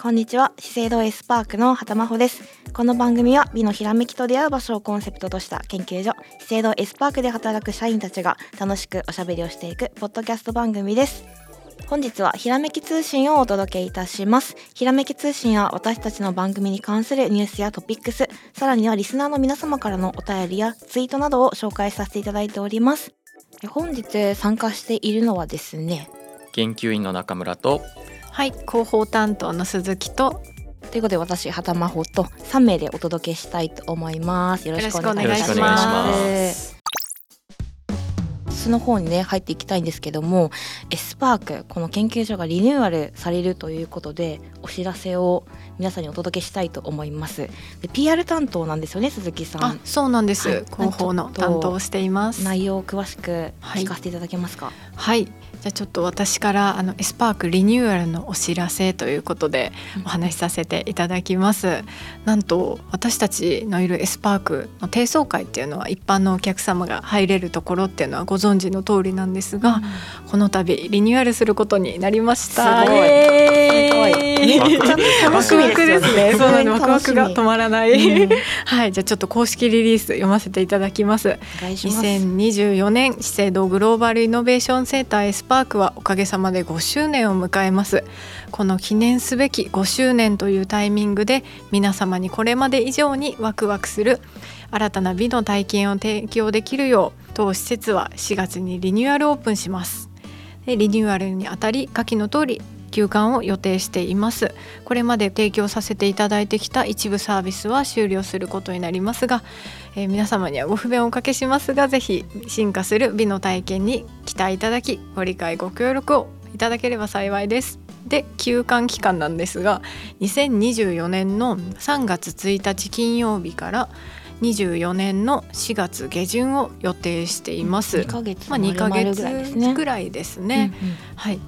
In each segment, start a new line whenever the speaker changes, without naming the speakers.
こんにちは資生堂エスパークの畑真帆ですこの番組は美のひらめきと出会う場所をコンセプトとした研究所資生堂エスパークで働く社員たちが楽しくおしゃべりをしていくポッドキャスト番組です本日はひらめき通信をお届けいたしますひらめき通信は私たちの番組に関するニュースやトピックスさらにはリスナーの皆様からのお便りやツイートなどを紹介させていただいております本日参加しているのはですね
研究員の中村と
はい、広報担当の鈴木と
ということで私畑真帆と3名でお届けしたいと思いますよろしくお願いします
よろしくお願いし
ます。
その方にね入っていきたいんですけどもエスパークこの研究所がリニューアルされるということでお知らせを皆さんにお届けしたいと思いますで PR 担当なんですよね鈴木さ
あ
ん、
そうなんです。
はい
広報の担当をしています。
内容を詳しく聞かせていただけますか、
はい、じゃあちょっと私からあのエスパークリニューアルのお知らせということで
うん
お話しさせていただきます。なんと私たちのいるエスパークの低層階っていうのは一般のお客様が入れるところっていうのはご存知の通りなんですが、この度リニューアルすることになりました。
すごい
イエーイ
すごい めっちゃ楽しみですよね
ワクワクですね。そうなんですワクワ
楽し
ク
み
が止まらない。
うん
はい、じゃあちょっと公式リリース読ませていただきます。
お願いします
2024年資生堂グローバルイノベーションセンターエスパークはおかげさまで5周年を迎えますこの記念すべき5周年というタイミングで皆様にこれまで以上にワクワクする新たな美の体験を提供できるよう当施設は4月にリニューアルオープンしますでリニューアルにあたり下記の通り休館を予定していますこれまで提供させていただいてきた一部サービスは終了することになりますがえー皆様にはご不便をおかけしますがぜひ進化する美の体験に期待いただきご理解ご協力をいただければ幸いです。で休館期間なんですが2024年の3月1日金曜日から24年の4月下旬を予定しています
2。ヶ月
まあ、2ヶ
丸々
月
ぐらいですね
ぐらいですね。はい。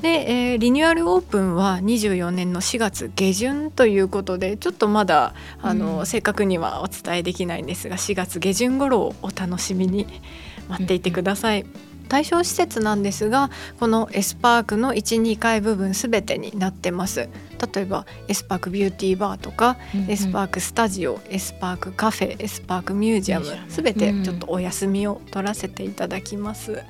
で、えーリニューアルオープンは24年の4月下旬ということでちょっとまだあの、
うん
正確にはお伝えできないんですが4月下旬頃をお楽しみに待っていてください。対象施設なんですがこのエスパークの12階部分すべてになってます例えばエスパークビューティーバーとかエスパークスタジオ、エスパークカフェエスパークミュージアム
ミュージアム
すべてちょっとお休みを取らせていただきます、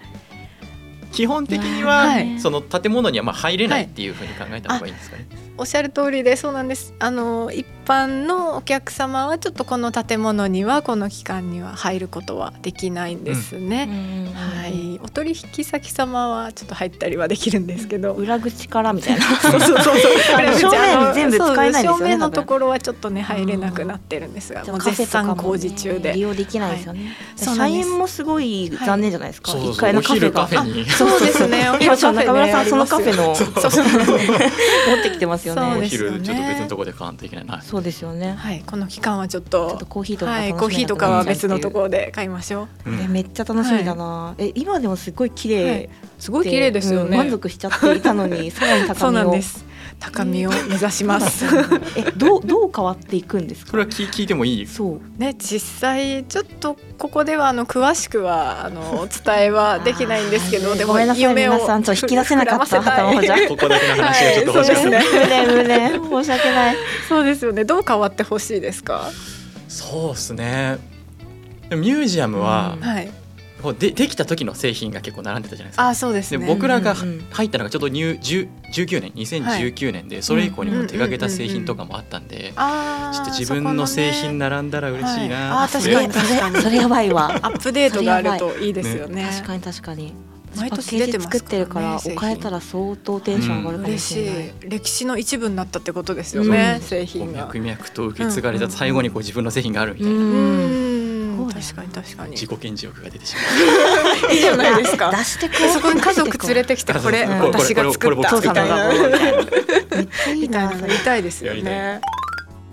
基本的に
は
はいその建物にはまあ入れないっていうふうに考えた方がいいんですかね。
おっしゃる通りでそうなんですあの一般のお客様はちょっとこの建物にはこの期間には入ることはできないんです
うんう
ね、
んうんうん
はい、お取引先様はちょっと入ったりはできるんですけど、
裏口からみたいな
そうそうそうそう
あの正面全部使えないですよね
そう正面の
多分
ところはちょっとね入れなくなってるんですが
じゃ
も
あ
う
カフ
絶
ェとかもね
賛工事中で
利用できないですよね
そう
社
なんです
員もすごい残念じゃないですか、
そう
一
そう
階
お
のカフ
昼
ェ
カ
が
フェに
そうですねお
今
昼
ちょっと中村さんそのカフェ
ね
の
そうそう
持ってきてますよ
そう
お
ね
ですよね
昼ちょっと別のところで買わんといけない。はい
そうですよね
はいこの期間はちょっ
ち
と
ょっとコーヒーとか
はいコーヒーとかは別のとこ
ろ
ろで買いましょう
めっちゃ楽しみだな、え今でもすごい綺麗、
はいすごい綺麗ですよね、
うん満足しちゃっていたの にさらに
そ
高
う
み
なん
を
です。高みを目指します。
えどうどう変わっていくんです
そ
か
れは聞聞いても いい。
そう
ね、実際ちょっとここではあの詳しくはあのお伝えはできないんですけ
あ
ど、
ー
で
ご
も
めんなさい
夢を
皆さんちょっと引き出せなかった
膨らませたい
頭じゃ
ここだけの話がちょっと
は
欲
い
しか
そう
っ
で
た
すね
無念無念申し訳ない
そうですよね。どう変わってほしいですか。
そうですね。でもミュージアムは
うん
はい。
こうでできた時の製品が結構並んでたじゃないです
あー、
か。
そうです
で
ね。
僕ら
う
が
んうんうん
入ったのがちょっとニュー10 19年2019年でそれ以降にも手掛けた製品とかもあったんで
あー
ちょっと自分の製品
そこのね
並んだら嬉しい
はい
な
あ
っ
ー
て
確
それ
か
そ
に
れそれやばいわ
アップデートがあるといいですよね。
確かに確かに
毎
パッ
年
ケ
出
ージ
てます
作ってるから
製
置
品
かれたら相当テンション上がるかも
嬉
し
し
れない、
い。歴史の一部になったってことですよね。
うん
製
こう
品が
脈。々と受け継がれた最後にこう自分の製品があるみた
う
いな
うん。
そうだよね
確かに確かに。
自己顕示欲が出てしま
いいじゃな いですか
出。してこう
そこに家族連れてきて
あ
こ
そ
れ
うそう
私が作った
こ
父様
れこれこれ僕作
みたい
が
な
めっちゃいい
みたい
な
な
そ
の
れ
言いたいですよ
やりた
ね。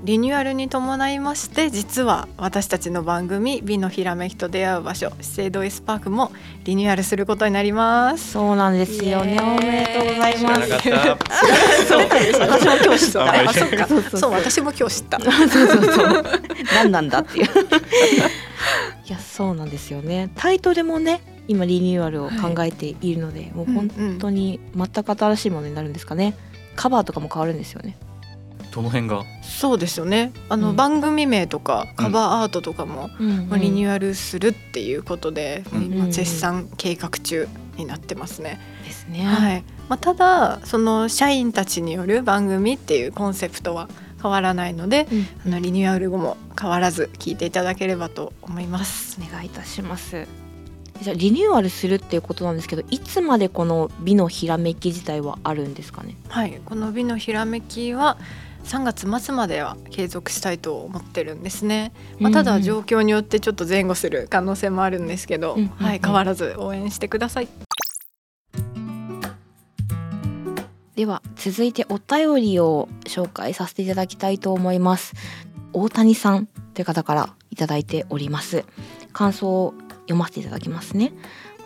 リニューアルに伴いまして実は私たちの番組「美のひらめきと出会う場所資生堂エスパーク」もリニューアルすることになります。
そうなんですよね
イエーイ
おめでとうございま
う。
す
知らなかった。
そう私も今日知っ
あん
た。
ま
あ
り
そっ
そうそ
か
うそう
そう
そう
私も今日知った。
そうそう何なんだっていういやそうなんですよねタイトルもね今リニューアルを考えているので、もう本当に全く新しいものになるんですかねカバーとかも変わるんですよね
どの辺が
そうですよねあの、
うん
番組名とかカバーアートとかも、まあリニューアルするっていうことで、
うん
今絶賛計画中になってますね。
ですね、
はいまあ、ただその社員たちによる番組っていうコンセプトは変わらないので
うん
あのリニューアル後も変わらず聞いていただければと思います。
お願いいたしますじゃあリニューアルするっていうことなんですけどいつまでこの美のひらめき自体はあるんですかね
はい、この美のひらめきは3月末までは継続したいと思ってるんですね。まあ、ただ状況によってちょっと前後する可能性もあるんですけど、
うんうんうん
はい、変わらず応援してください。
では続いてお便りを紹介させていただきたいと思います大谷さんという方からいただいております感想を読ませていただきますね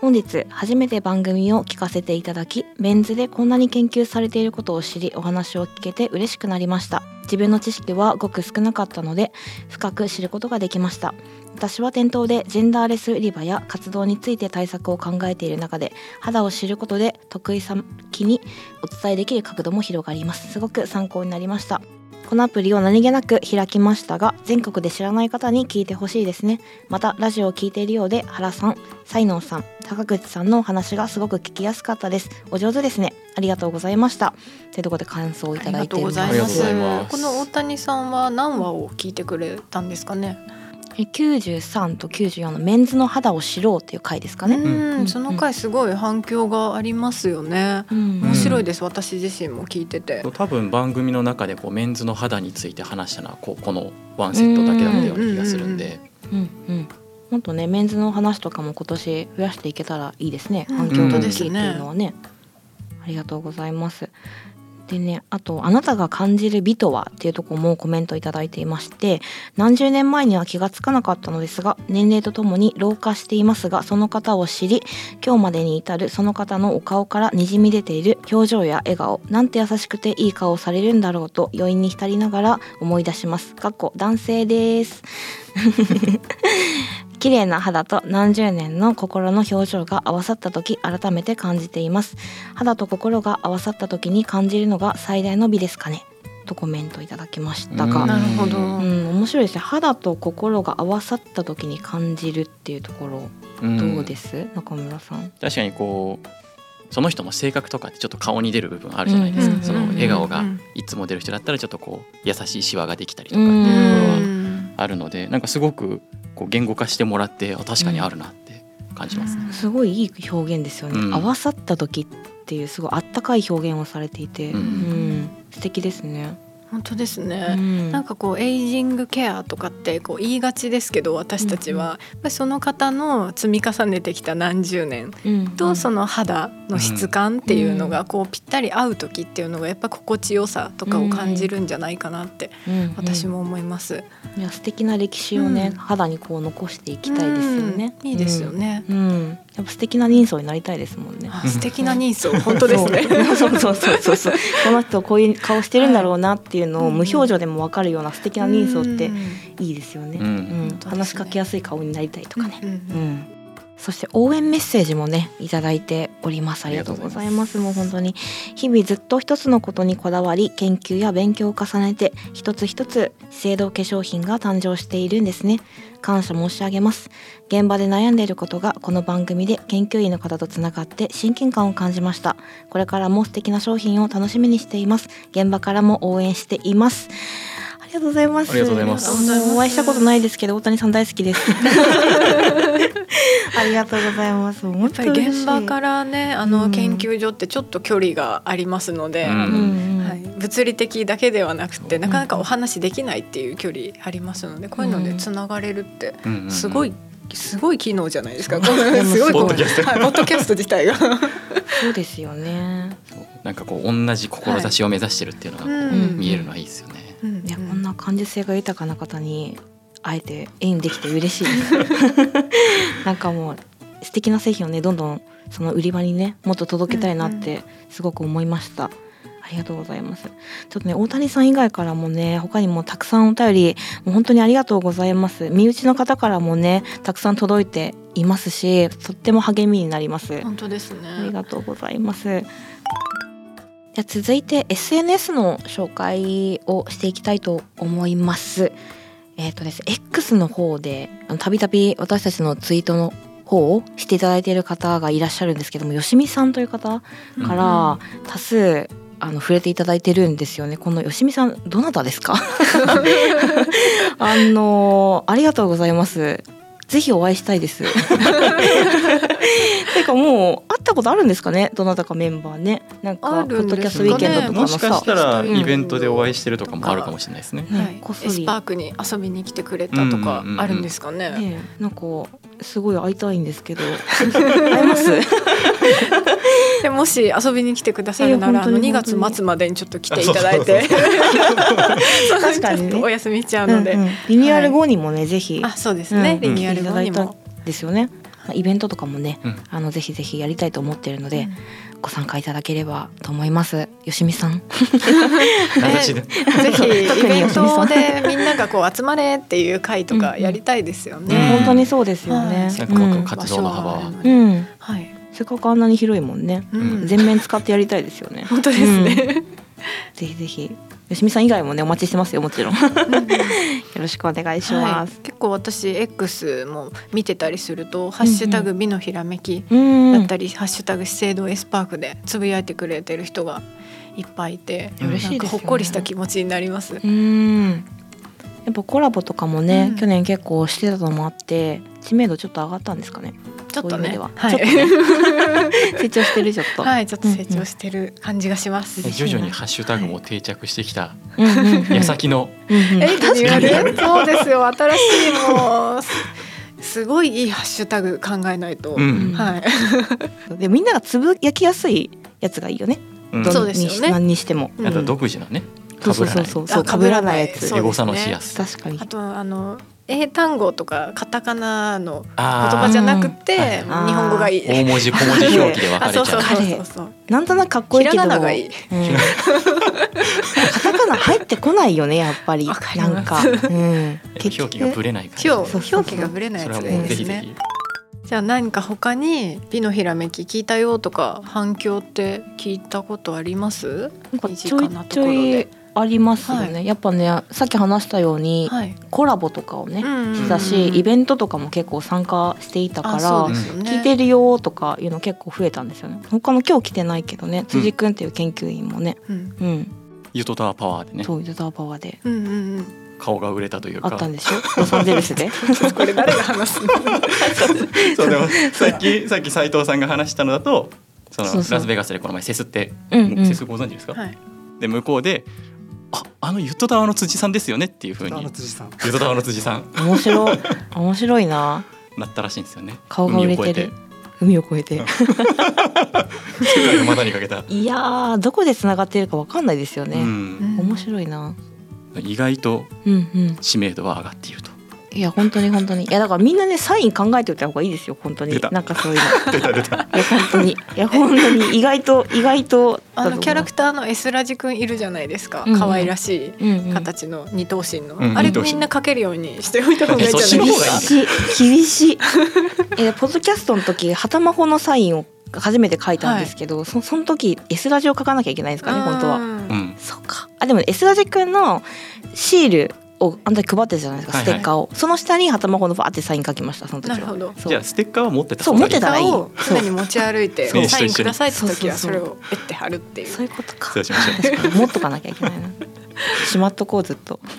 本日初めて番組を聞かせていただきメンズでこんなに研究されていることを知りお話を聞けて嬉しくなりました自分の知識はごく少なかったので深く知ることができました私は店頭でジェンダーレス売り場や活動について対策を考えている中で肌を知ることで得意先にお伝えできる角度も広がりますすごく参考になりましたこのアプリを何気なく開きましたが全国で知らない方に聞いてほしいですねまたラジオを聞いているようで原さん才能さん坂口さんのお話がすごく聞きやすかったですお上手ですねありがとうございましたというところで感想をい
あ
た
り
だ
が
い
と
て
う
い
ご
ます
ざいます。
ありがとうございます
この大谷さんは何話を聞いてくれたんですかね。
93と94のメンズの肌を知ろうっていう回ですかね、
うん
うん
その回すごい反響がありますよね。
うん
面白い
で
です、私自身も聞いてて。
多分番組の中でこうメンズの肌について話したのはこうこのワンセットだけだったような気がするんで、
す、うんうん、もっとねメンズの話とかも今年増やしていけたらいいですね
うん
反響が
本当
大
です
きい
ね
っていうのはね,、ありがとうございますでねあと「あなたが感じる美とは?」っていうとこもコメントいただいていまして何十年前には気がつかなかったのですが年齢とともに老化していますがその方を知り今日までに至るその方のお顔からにじみ出ている表情や笑顔なんて優しくていい顔をされるんだろうと余韻に浸りながら思い出しますかっこ男性です 綺麗な肌と何十年の心の表情が合わさった時改めて感じています肌と心が合わさった時に感じるのが最大の美ですかねとコメントいただきました
うん
が
なるほど
うん、面白いですね肌と心が合わさった時に感じるっていうところ
ん
どうです、中村さん
確かにこうその人の性格とかってちょっと顔に出る部分あるじゃないですか、
うん
その笑顔が
うん
いつも出る人だったらちょっとこう優しいシワができたりと
う
か
ん
うん
あるのでなんかすごくこう言語化してもらってあ確かにあるなって感じますね。
すごいいい表現ですよね、
うん
合わさった時っていうすごいあったかい表現をされていて、
うん
うん素敵ですね、
本当ですね。
うん
なんかこうエイジングケアとかってこう言いがちですけど私たちは、
うん
やっぱりその方の積み重ねてきた何十年
うん
とその肌の質感っていうのがこうぴったり合う時っていうのがやっぱ心地よさとかを感じるんじゃないかなって
うんうん
私も思います。
いや素敵な歴史をね、
うん
肌にこう残していきたいですよね、
うんいいですよね。
うん、やっぱ素敵な人相になりたいですもんね
あ素敵な人相本当ですね。
そうそうそうそうそうこの人こういう顔してるんだろうなっていうのを
うん
無表情でもわかるような素敵な人相って
うん
いいですよね、
う
うんん
本当ですね
話しかけやすい顔になりたいとかね、
うんうん
うん、そして応援メッセージもねいただいておりますありがとうございますもう本当に日々ずっと一つのことにこだわり研究や勉強を重ねて一つ一つ資生堂化粧品が誕生しているんですね感謝申し上げます現場で悩んでいることがこの番組で研究員の方とつながって親近感を感じましたこれからも素敵な商品を楽しみにしています現場からも応援していますありがとうございます
ありがとうございます
あのお会いしたことないですけど大谷さん大好きですありがとうございます。やっ、
やっぱり現場かららねあ
う
の
ん
研究所ってちょっと距離がありますので、
うん
あ
う
の
んうん
はい、物理的だけではなくてなかなかお話できないっていう距離ありますのでこういうのでつながれるって
うんうんうん
すごいすごい機能じゃないですか。こ
で
う
も
すごいこう
ポッドキャ
はいポッドキャスト自体が。
そうですよね。
そうなんかこう同じ志を目指してるっていうのがこう
うん
見えるのはいいですよね。
いやこんな感受性が豊かな方に会えて縁できて嬉しいです。 なんかもう素敵な製品をねどんどんその売り場にねもっと届けたいなってすごく思いました。ありがとうございます。ちょっとね大谷さん以外からもね他にもたくさんお便りもう本当にありがとうございます。身内の方からもねたくさん届いていますし、とっても励みになります。
本当ですね。
ありがとうございます。じゃあ続いて SNS の紹介をしていきたいと思います。えっ、とですね X の方であのたびたび私たちのツイートの方をしていただいている方がいらっしゃるんですけども、よしみさんという方から多数あの触れていただいてるんですよね。このよしみさんどなたですか？ あのありがとうございます。ぜひお会いしたいです。てかもう会ったことあるんですかね？どなたかメンバーね。なんか
あ
ポ
る
ッ
ん
ドキ
で
ャ
す
ス
か
ト
ね
ウィーケンドとか
も
の
しか
さ
し、たら
うん
イベントでお会いしてるとかもあるかもしれないですね。
ね
はい、
こっそ
エ
り
スパークに遊びに来てくれたとか
うんうんうん
あるんですかね。
ねえなんかすごい会いたいんですけ ど会えます？
でもし遊びに来てくださるな
ええ
ら、あの
本当に
2月末までにちょっと来ていただいて
あそう
確かにね
ちょっとお休みしちゃうので、
うんうんリニューアル後にもねぜひ
あそうです
う
ね、
ん
リニューアル後に
うん
も、
ですよね。まあイベントとかもね、
うん
あのぜひぜひやりたいと思ってるので、
うん
ご参加いただければと思います。よしみさん。
形で
ぜひイ
特に
ベ
よ
ン
しみさ
ト
ん
でみんながこう集まれっていう会とかやりたいですよ
うん
ね。
本当にそうですよね。
はい
なんかこう
場
活
所
動の
は
幅は
あるの
う
に
ん、うん
はい、
せっかくあんなに広いもんね。
うん
全面使ってやりたいですよね。
本当ですね。
ぜひぜひ。よしみさん以外もねお待ちしてますよもちろん。よろしくお願いし
は
ま
い
す。、
結構私 X も見てたりすると「ハッシュタグ美のひらめき」
うん。
だったり「ハッシュタグ資生堂エスパーク」でつぶやいてくれてる人がいっぱいいて
嬉しいですよね
なんかほっこりした気持ちになります。
うん。やっぱコラボとかもね、
うん
去年結構してたのもあって知名度ちょっと上がったんですかね。
ちょっとね
そういう意味では
はい
ちょっとね 成長してるちょっと。
はい、ちょっと成長してる感じがします。
うんうん
徐々にハッシュタグも定着してきた
うんうんうん
矢先の
うんうん
え、確
かに
そうですよ。新しいもうすすごいいいハッシュタグ考えないと。
うん
はい。
でみんながつぶやきやすいやつがいいよね。
うん
どん
そうですよね
にし何にしても。
あと
うん
独自のね
そうそ
被
う
ら
そう
な い
そうそう
あ
被らないや
被ら
つ
ない。
エゴサのしやすさ
確かに
あ。とあの英単語とかカタカナの言
あー
葉じゃなくて
あー
日本語がいい。
大文字小文字表記で分か
あ、
れちゃ
そううそうそうそうそう。
なんとなくかっこい
ひ
い
ら
けど。
がながいい。
うん。カタカナ入ってこないよねやっぱり。
わかり
な
ます
んか。うん。
表記がぶれないから
今
そう
日表記がぶれない
それ
やつ
は
が
も
いいう
ぜ
です
ひぜ
ね。
ひ
じゃあ何か他に美のひらめき聞いたよとか反響って聞いたことあります？
なんか
身
ちょ
近
い
なと
ち
ころ
ょ
で
い。ありますよね。やっぱねさっき話したように
はい。
コラボとかをねしたし、イベントとかも結構参加していた
ト
か
そ
ら
うで。すよね、
聞いてるよとかいうの結構増えたんですよね。他の今日来てないけどね、辻くんっていう研究員もね、
うん
うん、
ユトタワーパワーでね
そうユタワーパワーで
うんうんうん。
顔が売れたという
あ
か
ったんでしょロサンゼルスで
これ誰が話すの？
そうでもさっきさっき斉藤さんが話したのだとその
そうそう
ラスベガスでこの前セスって、
うんうん
セスご存知ですか、
はい。
で向こうで「ああのユットタワーの辻さんですよね」っていうふうに
あの
ユ
辻さん。
ットタワーの辻さん
面白い面白いな
なったらしいんですよね
顔が売れて る海を越えて
海を越えて世界の股にかけた、
いやーどこでつながってるかわかんないですよ
う
ね、
ん、
面白いな
意外と
うんうん
知名度は上がっていると
いや本当に本当にいやだからみんなねサイン考えておいた方がいいですよ本当に
出た
なんかそういうの出た出たいや本当にいや本当に意外と意外と
あのキャラク
タ
ターのエスラジくんいるじゃないですか。
うん
可愛らしい。
ー
形の二等身の、
うん
あれ
二等身
みんな書けるようにしておいた方がいいんじゃないで
そっち
すか
の方がいいね
厳しい厳しいえポッドキャストの時旗魔法のサインを初めて書いたんですけど、そその時 S ラジオ書かなきゃいけないんですかね本当は
う
は。
ん
そうかあでも S ラジくんのシールをあんた配ってたじゃないですか、
はいはい
ステッカーをその下に旗魔法のバーってサイン書きましたその時は
なるほど。
そう
じゃあステッカーは持ってた
そう
方がい
持
い
ってたらいい
を常に持ち歩いて
そう
サインくださいって時は
そ
そうれをペッて貼るっていう
そういうことか
失礼しました
確かに持っとかなきゃいけない なしまっとこうずっと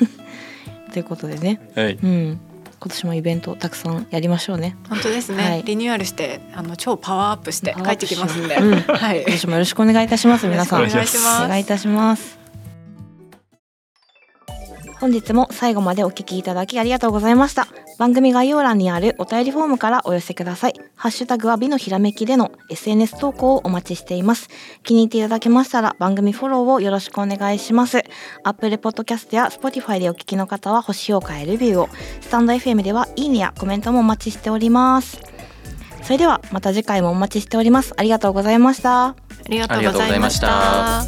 ということでね
はい
うん今年もイベントたくさんやりましょうね
本当ですね、
はい
リニューアルしてあの超パワーアップして
パワー
帰
ア
っ
ップ
て
し
き
よ
ま
う
すんで、
うん
はい
今年もよろしくお願いいたします皆さん
よろしくお願いし
ます
お願いいたします本日も最後までお聞きいただきありがとうございました番組概要欄にあるお便りフォームからお寄せくださいハッシュタグは美のひらめきでの SNS 投稿をお待ちしています気に入っていただけましたら番組フォローをよろしくお願いします Apple Podcast や Spotify でお聞きの方は星評価やレビューをスタンド FM ではいいねやコメントもお待ちしておりますそれではまた次回もお待ちしておりますありがとうございました
ありがとうございました。